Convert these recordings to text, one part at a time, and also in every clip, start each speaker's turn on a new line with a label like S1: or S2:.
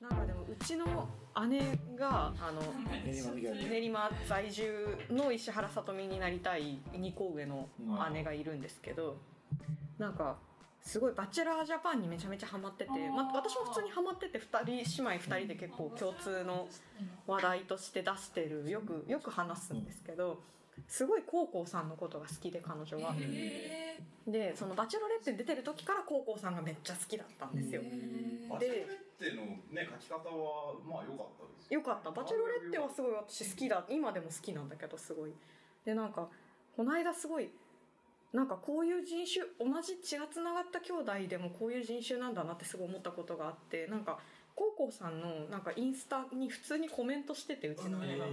S1: なんかでもうちの姉があの
S2: 練馬みたいな
S1: 練馬在住の石原さとみになりたい2個上の姉がいるんですけどなんかすごい「バチェラージャパン」にめちゃめちゃハマってて、まあ、私も普通にハマってて2人姉妹2人で結構共通の話題として出してるよくよく話すんですけどすごいコウコウさんのことが好きで彼女は。
S3: へー
S1: でその「バチェロレッテ」に出てる時からコウコウさんがめっちゃ好きだったんですよ。
S4: バチェロレッテのね書き方はまあ良かったですよ。
S1: よかった「バチェロレッテ」はすごい私好きだ今でも好きなんだけどすごいでなんかこの間すごいなんかこういう人種同じ血がつながった兄弟でもこういう人種なんだなってすごい思ったことがあってなんか高校さんのなんかインスタに普通にコメントしててうちの映画も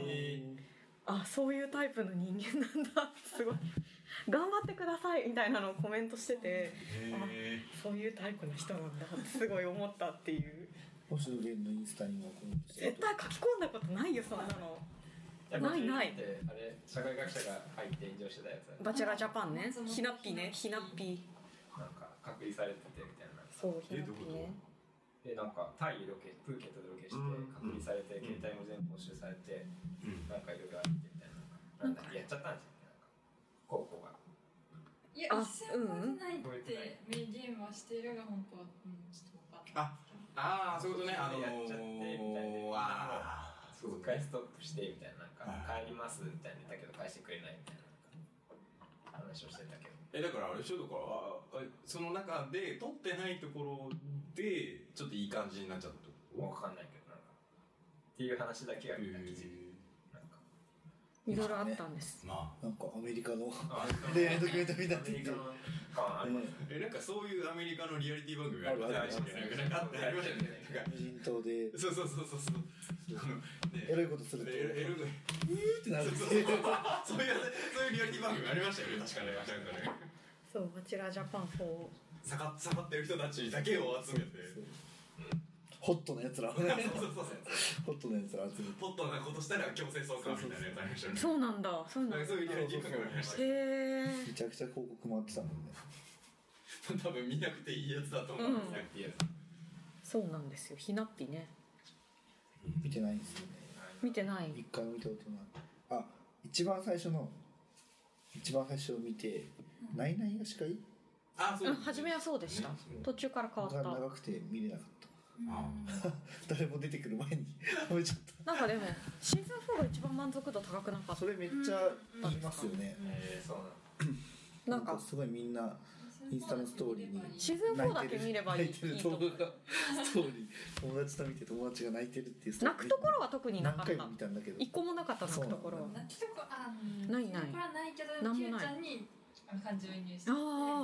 S1: あそういうタイプの人間なん だすごい頑張ってくださいみたいなのをコメントしてて
S4: へ
S1: そういうタイプの人なんだってすごい思ったっていう
S2: 星野源のインスタにもコメントして
S1: 絶対書き込んだことないよそんなのないない
S5: あれ社会学者が入って炎上してたやつだよ
S1: バチェラージャパンね
S3: その
S1: ひなっぴねひ
S3: ひ
S1: な
S3: な
S1: っ
S3: っぴ
S1: ぴ
S5: なんか隔離されててみたいな
S1: そうひなっぴね
S5: でなんかタイロケプーケットでロケして
S4: うん
S5: 隔離されて携帯も全部没収されてなんかいろいろあってみたいななんかやっちゃったんですよねなんか高校が
S3: いや、
S1: あ
S3: 一切覚えてないっ
S5: うん
S3: て名言はしているが本当は、うん、ちょっと分かんない。
S4: あああそういうことねあの
S5: やっちゃってみたい
S4: ー
S5: な
S4: あー
S5: 一回ストップしてみたいななんか帰りますみたいな言ったけど返してくれないみたいななんか話をしてたけど
S4: えだからあれでしょだからああその中で撮ってないところでちょっといい感じになっちゃったってこと
S5: わかんないけどなんかっていう話だけがみんな記事に
S4: へ
S5: なんか
S1: いろいろあったんです
S4: ーまあ
S2: なんかアメリカの
S5: あ
S2: 恋愛ドキュメンタリーにな
S5: ア
S2: って
S5: メ
S4: え
S5: リカの感ありますね
S2: きて
S4: なんかそういうアメリカのリアリティ番組ありま
S2: あるあ
S4: した
S2: る
S4: っけなんかあったありましたよねなんか
S2: 無人島で
S4: そうそうそうそうそうね
S2: エロいことすると
S4: エロエロい
S2: ってなるんです
S4: そういうそういうリアリティ番組ありましたよね確かねなんかね
S1: そうバチェラージャパン4
S4: 下が下がってる人たちだけを集めて
S2: そうホットなやつらをね
S4: そうそうそうそう
S2: ホットなやつら集めて
S4: ポットなことしたら強制送還みたいなやつありましたよね
S1: そうなんだそうな
S4: なん
S1: んだ
S4: かそう
S1: へ
S4: いうリアリティ番組ありましたよ
S1: え
S2: めちゃくちゃ広告回ってたもんね
S4: 多分見なくていいやつだと思うんですけど、
S5: いや
S1: そうなんですよひなっぴね
S2: 見てないんですよね
S1: 見てない
S2: 一回も見たことないあ一番最初の一番最初を見て「ナイナイが司会?」
S4: あそううん
S1: 初めはそうでした途中から変わっ
S2: が
S1: た
S2: 長くて見れなかった
S4: あ
S2: 誰も出てくる前に食べちゃっ
S1: なんかでもシーズン4が一番満足度高くなか
S2: た
S1: っ
S2: それめっちゃ言いますよね
S5: えーそうなの
S1: たなんか
S2: すごいみんなインスタのストーリーに
S1: シーズン4だけ見ればいい
S2: 泣いてる
S1: いいと
S2: 動
S1: 思
S2: 画
S1: う
S2: がストーリー友達と見て友達が泣いてるっていうストーリ
S1: 泣く
S2: ー
S1: ところは特になか
S2: 何
S1: っ
S2: 回
S1: た
S2: も見たんだけど
S1: 一個もなかった泣くところは
S3: 泣きとこあ
S1: ないない
S3: これはないけど
S1: なんもない
S3: キュウちゃんにあの感情移入して
S1: あ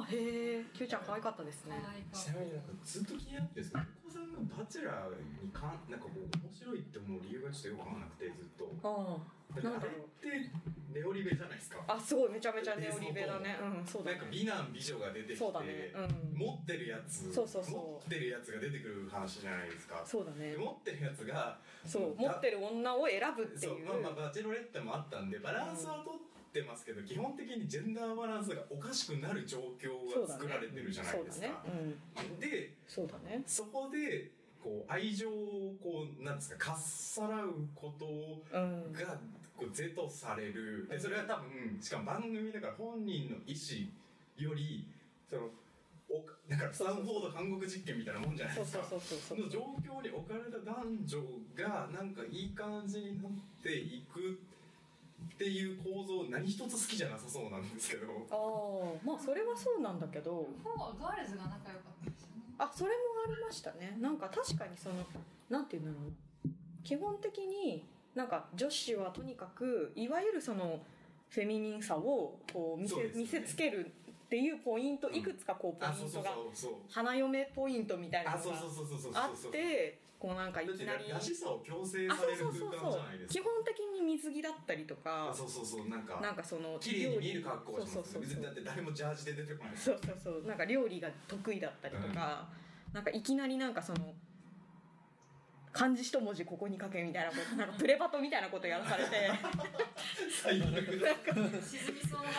S1: あへえキュウちゃん可愛かったです
S3: 可
S1: ね
S3: 愛い
S4: ちなみになんかずっと気になってるんですけどお子さんがバチェラーにかんなんかこう面白いって思う理由がちょっとよくわからなくてずっと
S1: あ
S4: だってあれってネオリベじゃないですか
S1: ああすごいめちゃめちゃネオリベだねうんそうだ
S4: な
S1: ね
S4: んか美男美女が出てきて
S1: そうだねうん
S4: 持ってるやつ
S1: そうそうそう
S4: 持ってるやつが出てくる話じゃないですか
S1: そうだね
S4: で持ってるやつが
S1: そう持ってる女を選ぶって
S4: そう
S1: いう
S4: まあまあバチェロレッテもあったんでバランスは取ってますけど、基本的にジェンダーバランスがおかしくなる状況が作られてるじゃない
S1: そう
S4: で
S1: だ
S4: す
S1: ね
S4: か、
S1: うん
S4: で
S1: そうだね
S4: そこでこう愛情をこうなんですかかっさらうこと
S1: うん
S4: がこう是とされるでそれは多分しかも番組だから本人の意思よりそのおだからスタンフォード韓国実験みたいなもんじゃない
S1: そ
S4: で
S1: う
S4: すか
S1: そうそうそう
S4: の状況に置かれた男女がなんかいい感じになっていくっていう構造何一つ好きじゃなさそうなんですけど
S1: そうああまあそれはそうなんだけど
S3: もうガールズが仲良かったですよね
S1: あそれもありましたねなんか確かにそのなんていうんだろうな基本的になんか女子はとにかくいわゆるそのフェミニンさをこう見せ,、
S4: そうですね
S1: 見せつけるっていうポイント
S4: うん
S1: いくつかこうポイ
S4: あそう
S1: ン
S4: そ
S1: ト
S4: う
S1: が
S4: そうそう
S1: 花嫁ポイントみたいな
S4: あ
S1: の
S4: そう
S1: が
S4: そうそうそうそう
S1: あ
S4: そう
S1: ってこうなんかい
S4: だっ
S1: き
S4: て
S1: な
S4: ら
S1: り
S4: らしさを強制
S1: あ
S4: さ
S1: そ
S4: れ
S1: う
S4: る
S1: そうそう
S4: 空間じ
S1: そ
S4: ゃないで
S1: う
S4: す
S1: 基
S4: か
S1: 本的に水着だったりと
S4: あ
S1: か
S4: そうそうそうなんか
S1: なんかその
S4: 綺麗に見える
S1: 料
S4: 格好をします
S1: そ
S4: よ
S1: うそう
S4: 別
S1: そうそ
S4: にだっ
S1: う
S4: て誰もジャージで出てこないです
S1: そうそうそうなんか料理が得意だったりとか、なんかいきなりなんかその漢字一文字ここに書けみたいなことなんかプレバトみたいなことやらさ れて
S4: 最悪だ
S3: 沈みそうな場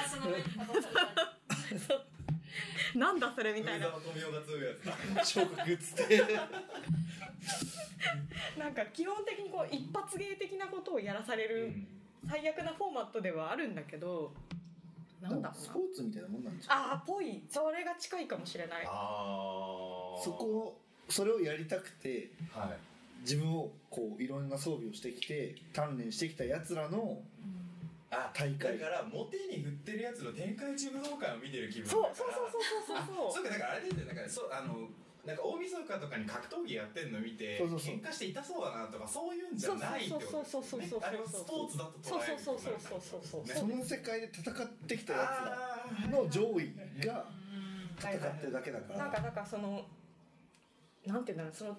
S3: 所の上に立たされたり
S1: なんだそれみた
S4: 梅
S1: いな
S4: 沢富美男が強いやつだ
S2: 昇格っつって
S1: なんか基本的にこう一発芸的なことをやらされ
S4: う
S1: る
S4: ん
S1: 最悪なフォーマットではあるんだけどなんだろ
S2: ス
S1: うな
S2: ポーツみたいなもんなんじゃん
S1: ああぽいそれが近いかもしれない
S4: あー
S2: そこをそれをやりたくて
S4: はい
S2: 自分をこういろんな装備をしてきて鍛錬してきたやつらの
S4: あ
S2: 大会
S4: だからモテに振ってるやつの展開中武道会を見てる気分
S1: そう
S4: だから
S1: そうそうそうそう
S4: あ
S1: そ
S4: そううかだからあれですよなんかそうあのなんか大晦日とかに格闘技やってるの見て
S2: そうそうそう
S4: 喧嘩して痛そうだなとかそういうんじゃないってことですよ
S1: そうそうそう
S4: ね
S1: そうそう
S4: あれはスポーツだと捉える
S1: そうそうそうそうそうそう
S4: ね
S2: その世界で戦ってきたや
S4: あ
S2: つらの上位が
S3: うん
S2: 戦ってるだけだか
S1: なんからだからそのなんていうんだろうその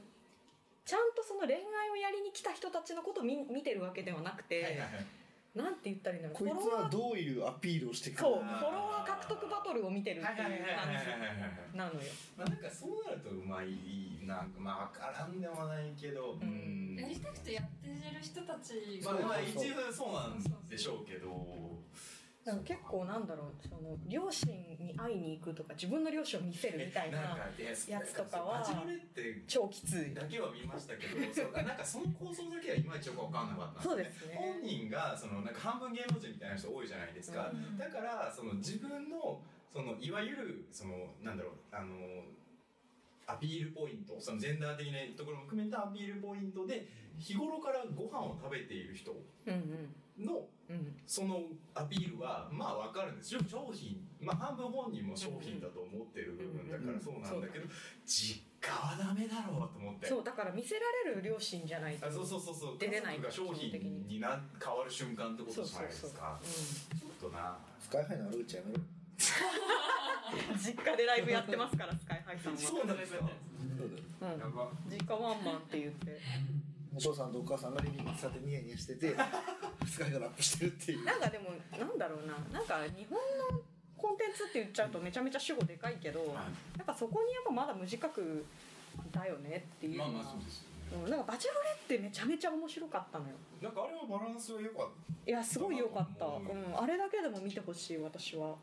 S1: ちゃんとその恋愛をやりに来た人たちのことを見見てるわけではなくて、
S4: ーはいはいはい
S1: なんて言ったらいいんだろう
S2: こいつはどういうアピールをしてくる
S1: そうフ
S2: のか
S1: ォロワー獲得バトルを見てるっていう感じなのよ
S4: まあなんかそうなるとうまいなんかまあ分からんでもないけど
S1: う
S4: うんん
S3: やりたくてやってる人たち
S4: まあ
S3: が、
S4: まあ一応そうなんでしょうけど
S1: だから結構なんだろうその両親に会いに行くとか自分の両親を見せるみたい
S4: ん
S1: な
S4: かい
S1: やつとかは
S4: バチバレって
S1: 超きつい
S4: だけは見ましたけどそうなんかその構想だけはいまいちよく分かんなかったん
S1: そうですね
S4: 本人がそのなんか半分芸能人みたいな人多いじゃないですか、
S3: うん
S4: だからその自分のそのいわゆるそのなんだろうあのアピールポイントそのジェンダー的なところも含めたアピールポイントで日頃からご飯を食べている人
S1: うんうん
S4: の
S1: うん
S4: そのアピールはまあわかるんですよ商品まあ半分本人も商品だと思ってる部分だか
S2: うんう
S4: ら
S2: ん
S4: そうなんだけど実家はダメだろうと思って
S1: そうだから見せられる両親じゃないと
S4: あそうそうそうそう
S1: 出れない
S4: 家族が商
S1: 基本的
S4: 品
S1: に
S4: にな変わる瞬間ってことじゃないですか
S1: う
S4: ちょっとな
S2: スカイハイの悪口やめろ
S1: ん実家でライブやってますからスカイハイさんは、
S4: そうなんですよ
S2: そうだよ
S1: うん
S5: やば
S1: 実家ワンマンって言って
S2: お父さんとお母さんがリビングに座ってニヤニヤして てスカイがラップしてるっていう
S1: なんかでもなんだろうななんか日本のコンテンツって言っちゃうとめちゃめちゃ主語でかいけどやっぱそこにやっぱまだ無自覚だよねっていうのは
S4: ですよね
S1: うん、なんかバチェロレってめちゃめちゃ面白かったのよ
S4: なんかあれはバランスは良かった
S1: いやすごい良かった、
S4: う
S1: うんん、あれだけでも見てほしい私は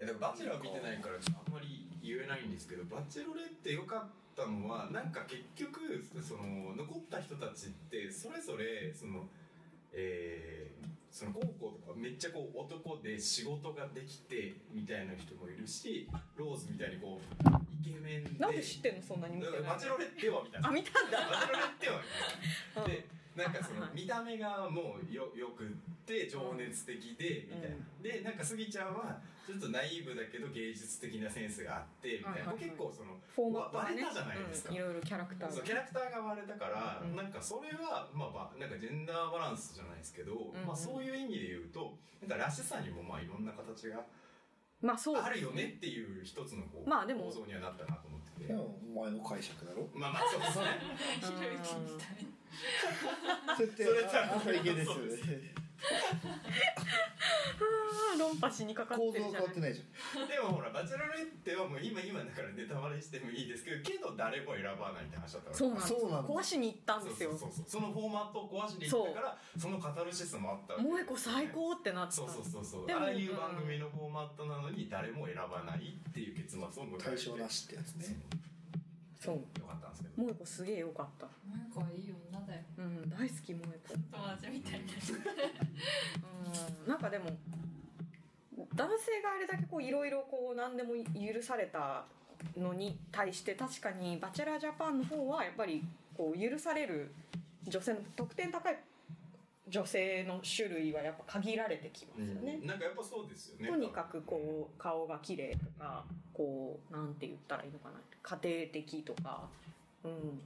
S4: えだからバチェラー見てないからちょっとあんまり言えないんですけどバチェロレって良かったのはなんか結局その残った人たちってそれぞれそのえーその高校とかめっちゃこう男で仕事ができてみたいな人もいるしローズみたいにこうイケメンで
S1: なんで知ってんのそんなに見て
S4: だ
S1: な
S4: から
S1: い
S4: バチェロレではみたいな
S1: あ見たんだ、
S4: バチェロレではみた
S1: う
S4: いな
S1: ん
S4: でなんかその見た目がもうよよくって情熱的でみたいな、でなんかスギちゃんはちょっとナイーブだけど芸術的なセンスがあってみたいな、
S1: はいはいはい
S4: 結構その
S1: フォーマットがね
S4: 割れたじゃないですか
S1: うん、いろいろキャラクター
S4: そう
S1: が
S4: キャラクターが割れたから、
S1: うん
S4: なんかそれは、まあば、なんかジェンダーバランスじゃないですけど、
S1: んうん
S4: まあ、そういう意味で言うとなんからしさにもまあいろんな形が
S1: まあそう
S4: あるよねっていう一つのこう
S1: まあでも
S4: 構造にはなったなと思ってて
S2: で。もお前の解釈だ ろ
S4: まあまあそうですね。
S3: ひろゆきみたい
S2: それって
S4: それじゃ
S2: あそれいけですよ
S4: そう
S2: ね
S4: で
S1: あー論破しにかかっ
S2: 構
S1: て
S2: 造
S1: る
S2: は
S1: じゃな
S2: 変わ
S1: い
S2: ってないじゃ
S4: でもほら、バチェラレってはもう今今だからネタバレしてもいいですけど、けど誰も選ばないって話だったわけ
S1: そうなんで
S2: んですすよ
S1: 壊しに行ったんですよ
S4: そうそうそうそうそのフォーマットを壊しに行ったからそのカタルシスもあったわけ
S1: 萌子最高ってなってた
S4: そうそうそうそう
S1: でも
S4: ああいう番組のフォーマットなのに誰も選ばないっていう結末を迎え
S2: ん
S4: て
S2: 対象なしってやつね
S1: そう
S4: よかったんですけど
S1: 萌子すげえ良かった
S3: な。なんかいい女だよ。
S1: うん大好き萌子
S3: 友達みた いな。
S1: うんなんかでも男性があれだけこういろいろこう何でも許されたのに対して確かに「バチェラージャパン」の方はやっぱりこう許される女性の得点高い女性の種類はやっぱ限られてきますよね。
S4: うんなんかやっぱそうですよね
S1: とにかくこう顔が綺麗とかこうなんて言ったらいいのかな家庭的とかうん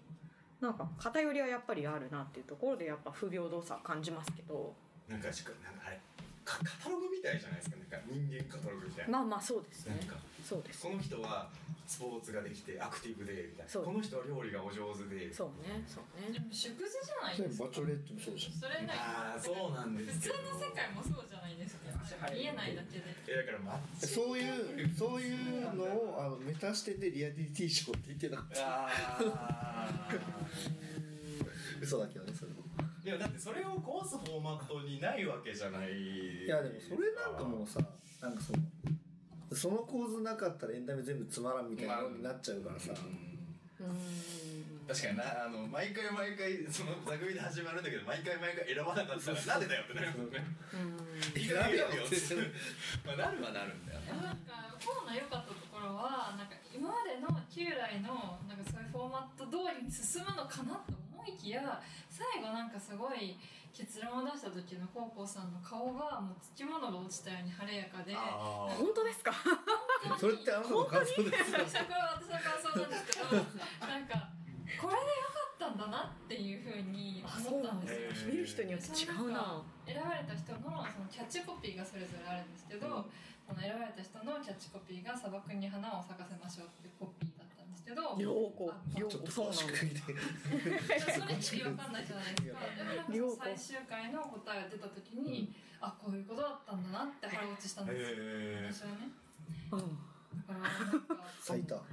S1: なんか偏りはやっぱりあるなっていうところでやっぱ不平等さは感じますけど
S4: なんかしかなんかあれカカタログみたいじゃないですかなんか人間カタログみたいな,、
S1: まあまあそうです
S4: なん
S1: ね
S4: か
S1: そうです
S4: この人はスポーツができてアクティブでみたいな
S1: そう
S4: この人は料理がお上手で
S1: そうねそう
S3: で
S1: ね
S3: も食事じゃない
S2: それ
S3: で
S2: バ
S3: すか。
S2: チョレットもそうじゃん
S3: それ
S4: あ
S3: な
S4: あそうなんで
S3: 普
S4: すけ
S3: 通
S4: ど
S3: の世界もそうじゃないですか。見えないだけで。
S4: えだからマッチ
S2: そういうそういうのをあのメタ視点でリアリティショーって言ってなかっ
S4: あ
S2: た嘘だけどねそれも
S4: ーでもだってそれを壊すフォーマットにないわけじゃない
S2: いやでもそれなんかもうさなんかそのその構図なかったらエンタメ全部つまらんみたいなようになっちゃうからさ、
S4: うん
S1: うーん
S4: 確かになあの毎回毎回その座組で始まるんだけど毎回毎回選ばなかったらなんでだよってなるもんね
S1: うん
S4: いやいやいやつってまあなるはなるんだよ
S3: でもなんかコロナ良かったところはなんか今までの旧来のなんかそういうフォーマット通りに進むのかなと思いきや最後なんかすごい結論を出した時の高校さんの顔がもうつきものが落ちたように晴れやかで
S4: あー
S1: 本当ですか
S2: それってあなたの感想です
S3: そうそうこれは私の感想なんですけどなんかこれで良かったんだなっていうふうに思ったんですよ
S4: あそうなんだへー
S1: 見る人によって違うな
S3: 選ばれた人のそのキャッチコピーがそれぞれあるんですけど、この選ばれた人のキャッチコピーが「砂漠に花を咲かせましょう」っていうコピーだったんですけど
S1: 涼子
S3: あ
S1: 涼
S2: ちょっ
S1: 子
S2: と
S1: そう
S2: 詳
S1: な
S2: し
S1: の
S2: く見て
S3: それ意味わかんないじゃないですかでもなんかそ
S1: 涼
S3: の
S1: 子
S3: 最終回の答えが出た時に、あこういうことだったんだなって腹落ちしたんですよ、
S4: へー
S3: 私はね
S1: うん
S3: だからなんか
S2: 咲いた
S3: そ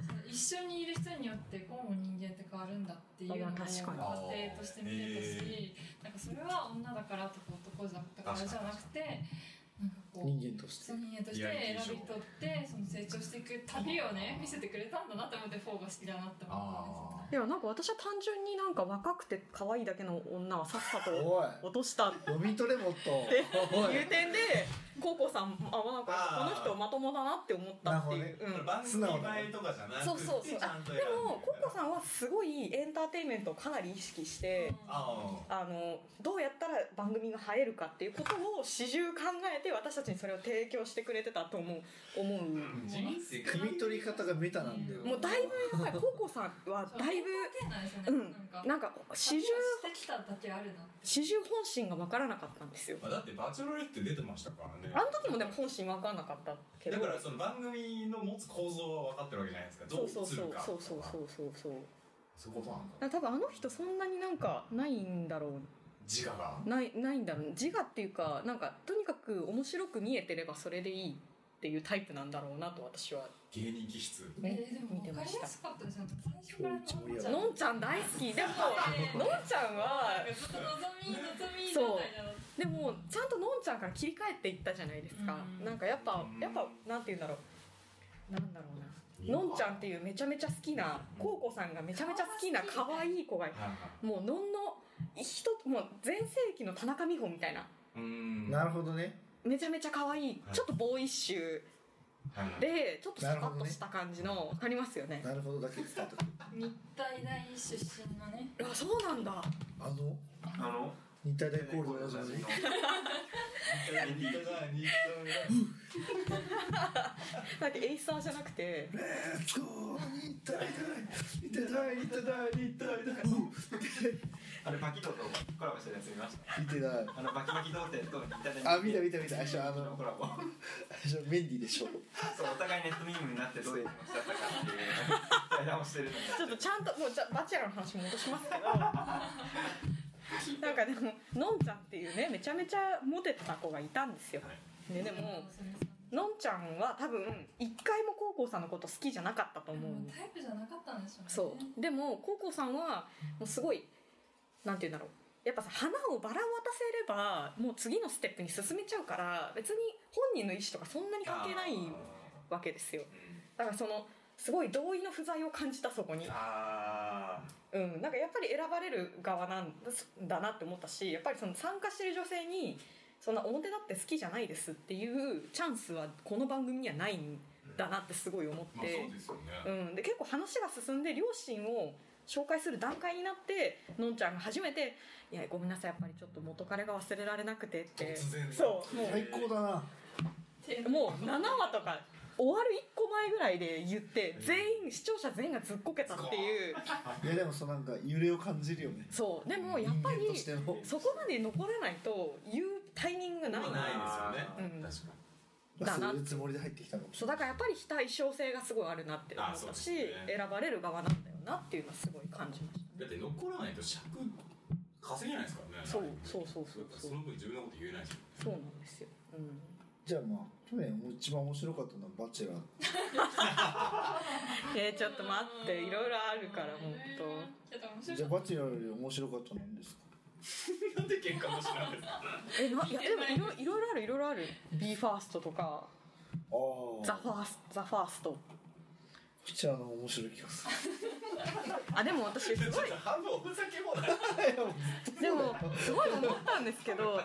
S3: の一緒にいる人によってこうも人間って変わるんだっていう
S1: あま
S3: のを
S1: あ確かに
S3: 家庭として見れたし、なんかそれは女だからとか男だからじゃなくてなんかこう
S2: 人間として
S3: その人間として
S4: リアリティ
S3: 選び取ってその成長していく旅をね見せてくれたんだなと思ってフォーが好きだなって思
S4: あ
S1: いやなんか私は単純になんか若くて可愛いだけの女はさっさと
S2: おい
S1: 落としたって
S2: 読み取れもっ と
S1: で
S2: お
S1: い
S2: いう
S1: 点でコウコさんあなんかこの人まともだなって思ったっていう、
S2: なる
S1: うん、
S4: 番組前とかじゃな
S1: そう
S4: くて
S1: そうそう
S4: ちゃんと選ん
S1: で
S4: でる
S1: もコウコさんはすごいエンターテインメントをかなり意識し
S3: うんです
S1: て
S3: よ、ね
S4: ああ
S1: あのどうやったら番組が映えるかっていうことを始終考えて私たちにそれを提供してくれてたと思う思う
S4: 人生
S2: 汲み取り方がメタなんだよ
S1: もうだいぶやっぱりコウコさんはだいぶ
S3: そう関係ないですよね、
S1: うん
S3: なんか
S1: なんか始終
S3: 旅をしてきただけあるな
S1: 始終本心が分からなかったんですよ
S4: まあだってバチェロレって出てましたからね
S1: あの時もでも本心分かんなかったけど
S4: だからその番組の持つ構造は分かってるわけじゃないですかど
S1: そううそう
S4: す
S1: そ
S4: る
S1: う
S4: か
S1: そうそうそうそうそう
S4: そういうことなん
S1: だか
S4: だ
S1: ら多分あの人そんなになんかないんだろう
S4: 自我が
S1: ないないんだろう自我っていうかなんかとにかく面白く見えてればそれでいいっていうタイプなんだろうなと私は
S4: 芸人気質
S1: ね
S3: えー、でも
S1: 見て
S3: 分
S1: ま
S3: かり
S1: した
S3: やすかったですよね最初からのんちゃん
S1: のんちゃん大好き でも
S3: えー
S1: のんちゃんは
S3: ずっと望み望み
S1: そう
S3: 状態だな
S1: でもちゃんとのんちゃんから切り替えていったじゃないですか、
S3: うん
S1: なんかやっぱ
S4: うん
S1: やっぱなんて言うんだろうなんだろうなのんちゃんっていうめちゃめちゃ好きなこうこさんがめちゃめちゃ好きな可愛い子が
S4: はいは
S1: もうのんの一つもう全盛期の田中美穂みたいない
S4: うん
S2: なるほどね
S1: めちゃめちゃ可愛い
S4: はい
S1: ちょっとボーイッシュ
S4: はい
S1: でちょっとスカッとした感じのわかりますよね
S2: なるほどだけ伝えとく
S3: 日体大出身のね
S1: あそうなんだ
S2: あの
S5: あの
S2: 日体大コールのおなじみ
S1: だってエイサーじゃなくて
S2: 日体大日体大日体大日体大
S5: あれバキドとコラボしたやつ見ました
S2: 見てない
S5: あのバキバキ童貞とイタリア
S2: あ見た見た見た最初あの
S5: コラボ
S2: 最初メンディーでしょ
S5: そうお互いネットミームになってどういう気持ちだったかっていう対談をしてるのが
S1: ちょっとちゃんともうじゃバチェラーの話戻しますけどなんかでものんちゃんっていうねめちゃめちゃモテてた子がいたんですよ、ね、でものんちゃんは多分一回も高校さんのこと好きじゃなかったと
S3: で
S1: 思う
S3: もタイプじゃなかったんでしょうね
S1: そうでも高校さんはもうすごいなんて言うんだろうやっぱさ花をバラ渡せればもう次のステップに進めちゃうから別に本人の意思とかそんなに関係ないわけですよだからそのすごい同意の不在を感じたそこに
S5: あ
S1: うん、なんかやっぱり選ばれる側なんだなって思ったしやっぱりその参加してる女性にそんな表だって好きじゃないですっていうチャンスはこの番組にはないんだなってすごい思っ
S4: まあ
S1: て
S4: そう、ですよね
S1: うん、で結構話が進んで両親を紹介する段階になってのんちゃんが初めて「いやごめんなさいやっぱりちょっと元彼が忘れられなくて」って
S4: 突然
S1: そうも
S2: 最高だな
S3: で
S1: うもう7話とか終わる1個前ぐらいで言って全員視聴者全員がずっこけたっていう。
S2: いやでもそのなんか揺れを感じるよね
S1: そうでもやっぱり
S2: 人間としての
S1: そこまで残らないと言うタイミングがない
S4: まあないですよね
S1: うん
S4: 確か
S1: だな
S2: そういうつもりで入ってきたのかもし
S1: そう
S2: れ
S1: だ
S2: ない
S1: からやっぱり非対称性がすごいあるなって思っ
S4: あそう
S1: た
S4: です
S1: し、
S4: ね
S1: 選ばれる側なんだよなっていうのはすごい感じまし
S4: にだって残らないと尺稼げないですからね
S1: たそうそうそうそうそ
S4: そうの分自分のこと言えないですよ
S1: そうなんですよ、うん、
S2: じゃあまあ去年一番面白かったのは「バチェラー」
S1: えー、ちょっと待っていろいろあるから本
S3: 当けど面白
S2: じゃあ
S3: かっ
S2: バチェラーより面白かったのなんですか
S4: なんで喧嘩もしないですか
S1: 当えないやでもいろいろいろあるいろいろある b ファーストとか
S2: あ
S1: ザファースザファースト
S2: こちらの方が面白い気がする
S1: あでも私すごい
S5: 半分お酒もない
S1: でもすごい思ったんですけど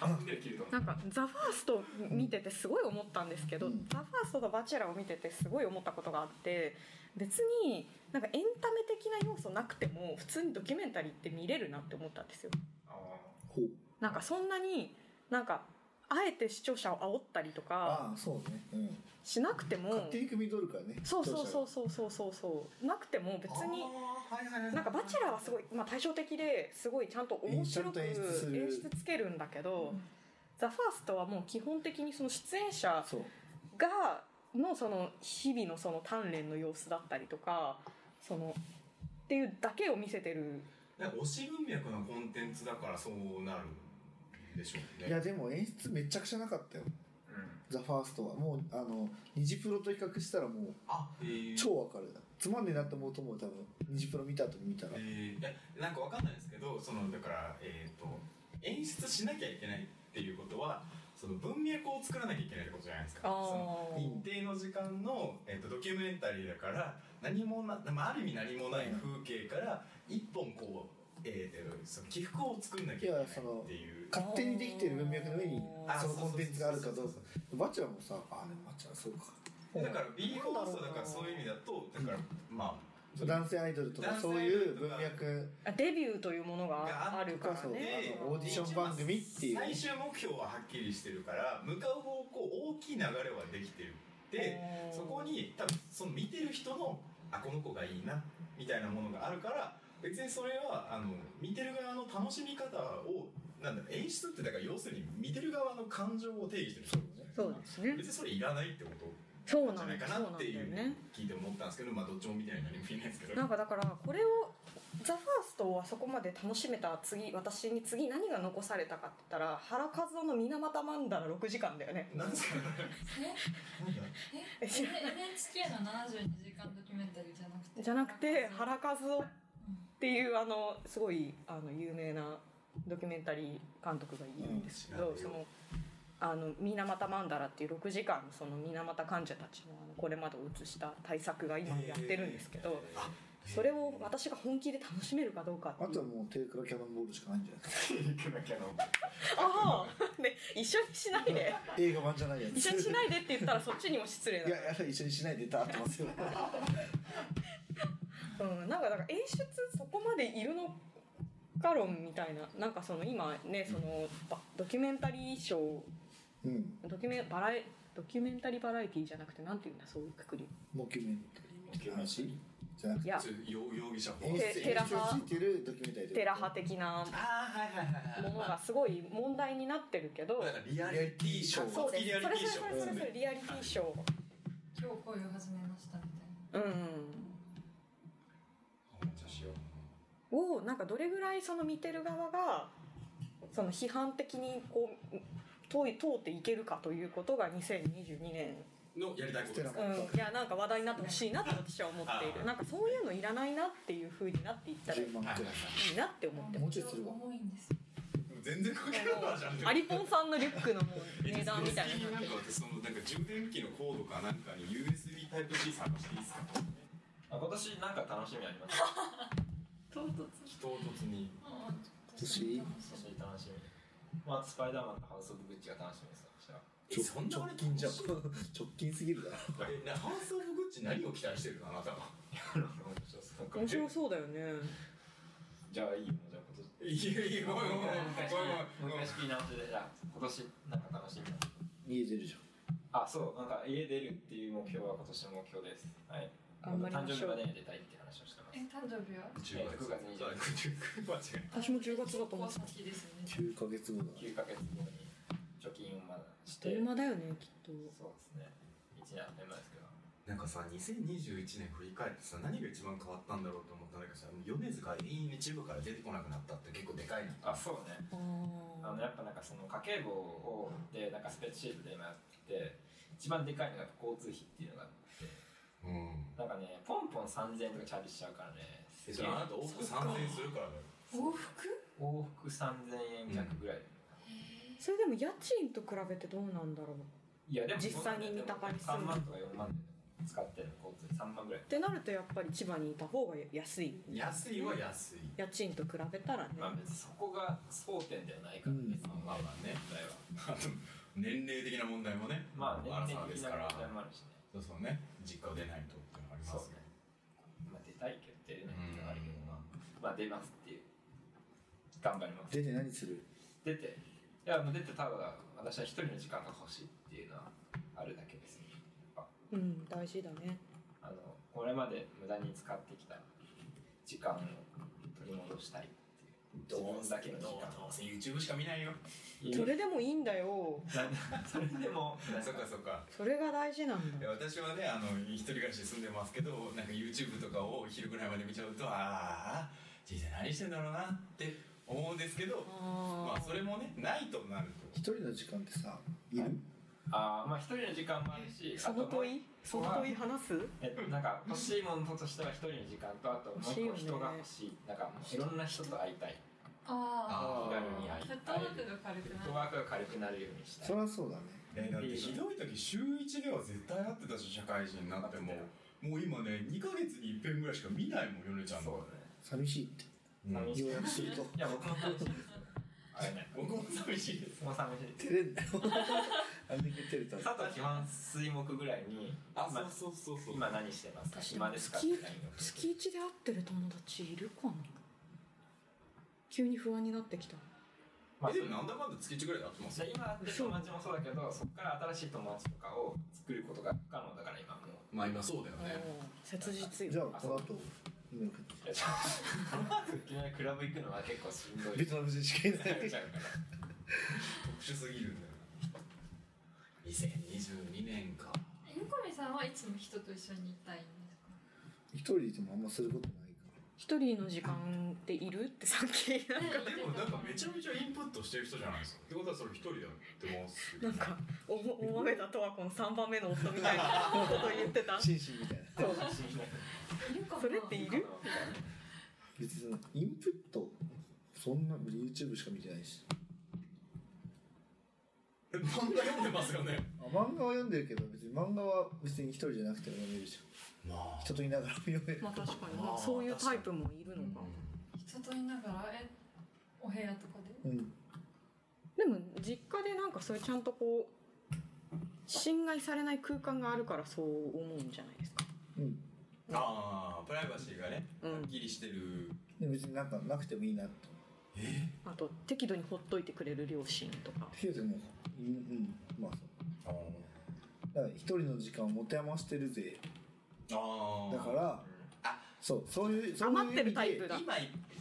S5: 半分で切るの
S1: なんか「ザ・ファースト見ててすごい思ったんですけど「
S2: うん
S1: ザ・ファーストと「バチェラー」を見ててすごい思ったことがあって別になんかエンタメ的な要素なくても普通にドキュメンタリーって見れるなって思ったんですよ。
S2: ほう
S1: なんかそんなになんかあえて視聴者を煽ったりとか
S2: ああそうね、うん、
S1: しなくても
S2: 勝手に汲み取るからね
S1: そうそうそうそうそうそうそうなくても別になんか「バチェラー」はすごい、まあ、対照的ですごいちゃんと面白く
S2: 演
S1: 演
S2: 出する
S1: 出つけるんだけど
S2: うん
S1: 「ザ・ファーストはもう基本的にその出演者
S2: そう
S1: がのその日々のその鍛錬の様子だったりとかそのっていうだけを見せてる
S4: なんか推し文脈のコンテンツだからそうなるでしょうね
S2: いやでも演出めちゃくちゃなかったよ「ザ・ファーストはもうあのニジプロと比較したらも
S4: あえー
S2: う超わかるつまんねえなと思うと思う多分ニジプロ見た後に見たら、
S4: えーいやなんかわかんないですけどそのだから、えー、と演出しなきゃいけないっていうことはその文脈を作らなきゃいけないってことじゃないですか。
S1: あー
S4: その一定の時間の、えー、とドキュメンタリーだから何もな、まあ、ある意味何もない風景から一本こう、えーとその起伏を作んなきゃいけないっていう。
S2: 勝手にできてる文脈の上に
S4: あー
S2: そのコンテンツがあるかどう
S4: そうそうそう
S2: かバチェラーもさあでもバチェラーそうか
S4: だから B 放送だからそういう意味だとだからま
S2: 男性アイドルとか
S4: 男性
S2: そう
S4: アイド
S2: い
S4: ル
S2: う
S4: とか
S2: 文脈
S1: あデビューというものがあるから
S2: そう
S1: ね
S2: あのオーディション番組っていう
S4: あ最終目標ははっきりしてるから向かう方向大きい流れはできてるで
S1: うん
S4: そこに多分その見てる人のあこの子がいいなみたいなものがあるから別にそれはあの見てる側の楽しみ方をなんだろう演出ってだから要するに見てる側の感情を定義してるってことじゃないです
S1: そ
S4: か
S1: うですね
S4: 別にそれいらないってこと
S1: そう
S4: じ
S1: な
S4: ゃ
S1: ん
S4: な
S1: だ
S4: い
S1: よ
S4: か
S1: そうなん
S4: なっ
S1: だ
S4: てい
S1: よ
S4: う
S1: ね
S4: 聞いて思ったんですけどまあどっちも見てない何も言えないですけど
S1: なんかだからこれを「ザ・ファーストはそこまで楽しめた次私に次何が残されたかって言ったら原和夫の「水俣マンダラ」6時間だよね
S4: なんですかねなんだ
S1: え知ら
S3: NHK の72時間ドキュメンタリーじゃなくて
S1: じゃなくて原
S3: う
S1: 和夫っていうあのすごいあの有名なドキュメンタリー監督がいるんですけど、
S4: うん知
S1: そ
S4: らない
S1: のあの水俣マンダラっていう6時間のその水俣患者たちのあのこれまでを映した対策が今やってるんですけど、
S4: あ
S1: それを私が本気で楽しめるかどうかって
S2: あ
S1: いう
S2: とはもうテレクラキャノンボールしかないんじゃないです
S1: ああ ね一緒にしないで
S2: か映画版じゃないやつ
S1: 一緒にしないでって言ったらそっちにも失礼
S2: い
S1: な
S2: や、やはり一緒にしないでって合ってますよ。
S1: うん、なんかだから演出そこまでいるのか論みたいななんかその今ねそのばドキュメンタリー賞
S2: うん、
S1: ドキュメンバラエドキュメンタリーバラエティーじゃなくてなんていうんだそういうくくり
S2: モキュメンタリーの話じゃなく
S1: い
S2: て、
S1: や
S4: ちょ容容疑者法
S2: 演出
S1: テラ
S2: 演出
S1: ハ
S2: をついてるドキュメンタリー
S1: テラ派的な
S4: ああはいはいはいは
S1: も
S4: い
S1: のがすごい問題になってるけど
S4: だからリアリティショー
S1: そうです
S4: リア
S1: それ
S4: リ
S1: それ
S4: ティシ
S1: そ
S4: ョ
S1: れそれそれリアリティショー
S3: 今日恋を始めましたみたいな
S1: うん
S5: 女子を
S1: をなんかどれぐらいその見てる側がその批判的にこう通い通っていけるかということが2022年
S4: のやりたいことですか
S1: うん、いやなんか話題になってほしいなと私は思ってい
S4: あー
S1: るなんかそういうのいらないなっていう風になっていったらいい
S2: 10万くらい。
S1: なって思って
S2: もうちょいするわ
S3: 重いんですよ
S4: 全然関係ないわじゃん
S1: アリポンさんのリュックのもう値段みたい
S4: な
S1: な
S4: なんか私そのなんか充電器のコードかなんかに USB タイプ C 探していいですか
S5: あ今年なんか楽しみあります
S3: 唐突
S4: 唐突に
S2: 年
S5: 今年楽しみまあスパイダーマンとハウス・オブ・グッチが楽しみです私は
S4: えそんな
S2: 直
S4: 俺
S2: 近じゃん。直近すぎるだろ。
S4: えなハウス・オブ・グッチ何を期待してるのあなたは
S1: 面白そうだよね
S5: じゃあいいよじゃあ今年
S4: いやいやごめんごめんごめんご
S5: も
S4: めん
S5: う一回仕切り直しでじゃあ今年なんか楽しみだ
S2: 家出るじゃ
S5: あそうなんか家出るっていう目標は今年の目標ですはい
S1: 頑張り
S5: 誕
S1: ま
S5: 生
S1: し
S5: 日
S1: ょ
S5: ま
S1: う
S5: でに出たいって話をしてます
S3: え誕生日は
S4: 10月
S5: 9月29
S4: 29間違え
S1: 私も10月だと思って
S3: 結
S1: た
S3: 構先ですよね
S2: ん。9ヶ月後だ。
S5: 9ヶ月後に貯金をまだして
S1: 車だよねきっと
S5: そうですね1年あっという間ですけど
S4: たなんかさ2021年振り返ってさ何が一番変わったんだろうと思ったんだけどさ米津が永遠に一部から出てこなくなったって結構でかいな
S5: あそうねあ
S1: あ
S5: のやっぱなんかその家計簿をでなんかスペッドシートで今やってて一番でかいのがやっぱ交通費っていうのがあって
S4: うん
S5: なんかねポンポン3000円とかチャージしちゃうからね
S4: えじゃああなた往復3000円するからだよ
S3: 往復
S5: 往復3000円弱ぐらい、
S1: それでも家賃と比べてどうなんだろう
S5: いやでも
S1: 実際に似たパリする
S5: 3万とか4万で使ってるの交通3万ぐらい
S1: てなるとやっぱり千葉にいた方が安い
S4: 安いは安い。
S1: 家賃と比べたらね、
S5: まあ別にそこが争点ではないから
S2: うん
S5: ね、その
S4: まあまあね
S5: 問題
S4: あ
S5: は
S4: と 年齢的な問題もね、
S5: まあ
S4: 荒
S5: 年
S4: さで
S5: 齢的
S4: す
S5: な
S4: から、
S5: 問題もあるしね
S4: そうそうね、実家を出ないとっていうのがありますね。
S5: まあ出たいけど出れないっていうのはあるけどなまあ出ますっていう頑張ります
S2: 出て何する
S5: 出ていやもう出てただ私は一人の時間が欲しいっていうのはあるだけですねやっぱ
S1: うん大事だね
S5: あのこれまで無駄に使ってきた時間を取り戻したいっていう自分だけの時
S4: どう
S5: 間
S4: どうせ YouTube しか見ないよ。
S1: それでもいいんだよ
S5: それでもなん
S4: そっかそっか。
S1: それが大事なん
S4: い
S1: だ
S4: や私はねあの一人暮らし住んでますけどなんか YouTube とかを昼ぐらいまで見ちゃうとああ人生何してんだろうなって思うんですけどま
S1: あ
S4: あそれもねないとなる
S2: 一人の時間ってさいる、
S5: あーまあ一人の時間もあるし
S1: ーその
S5: あともう
S1: 問いその問い話す
S5: えなんか欲しいものとしては一人の時間とあともう
S1: 欲しい
S5: 一
S1: よ
S5: 個
S1: ね
S5: 人が欲しいなんかもういろんな人と会いたい
S3: あ
S5: 気
S4: あ
S5: 軽
S4: ー
S5: に
S3: あ
S5: 会い
S3: フット
S5: た
S3: ワ
S5: い
S3: ークが軽く
S5: フ
S3: なる
S5: ットワークが軽くなるようにした
S2: そ
S5: い
S2: りゃそうだね
S4: えだってひどい時週1では絶対会ってたし社会人になってももう今ね2ヶ月に一遍ぐらいしか見ないもんヨネちゃん
S5: そう
S4: の、
S2: 寂しいって
S4: うん
S5: 寂し
S2: 要約すると
S5: いや僕も寂しいです会えない
S4: 僕も寂しいです
S5: 僕も寂しい
S2: 照れんだ よあんだけ照れた
S5: 佐藤基本水木ぐらいに
S4: あ
S5: まあ
S4: そうそうそうそう
S5: 今何してますか
S1: 私
S5: 暇ですかって
S1: 月
S5: LINE を
S1: 月一で会ってる友達いるかな急に不安になってきた
S5: まあ
S4: えでもなんだかんだ月1ぐらいで会ってます
S5: で
S4: よ
S5: 今会ってる友達もそうだけどそこから新しい友達とかを作ることが不可能だから今もう
S4: まあ今そうだよ
S1: おー
S4: ね
S1: 切実
S2: じゃ
S1: よ
S2: あこの後今行く
S5: いやちょっといきなりクラブ行くのは結構しんどい
S2: ベトナム人しかいな
S5: 疲
S2: い
S5: れちゃうから
S4: 特殊すぎるんだよな2022年か
S3: ニコミさんはいつも人と一緒にいたいんですか
S2: 一人でいてもあんますることないから
S1: 一人の時間でいるってさっ きなんか
S4: でもなんかめちゃめちゃインプットしてる人じゃないですか。ってことはそれ一人だってます。
S1: なんかおお豆田とはこの3番目の夫みたいなこと言って たそ
S2: シンシンみたいな
S1: う
S3: いるかな
S1: それっている
S2: 別にそのインプットそんな YouTube しか見てないし
S4: え漫画読んでますよね。
S2: あ漫画は読んでるけど別に漫画は別に一人じゃなくても読めるじゃ
S4: ま
S2: ん人といながらも読める
S1: まあ確かに、まあ、そういうタイプもいるのか
S3: 人といながらえお部屋とかで
S2: うん
S1: でも実家でなんかそれちゃんとこう侵害されない空間があるからそう思うんじゃないですか
S2: うん
S4: ああ、プライバシーがね、
S1: うん
S4: はっきりしてる。
S2: で別になんかなくてもいいなと
S4: え
S1: あと適度にほっといてくれる両親とか
S2: けどもううんうんまあそう
S4: あ
S2: だから一人の時間を持て余してるぜ
S4: あ
S2: だから
S4: あ
S2: そうそういうそういう
S1: 余ってるタイ
S2: 意
S1: プ
S2: 味
S1: だ
S4: 今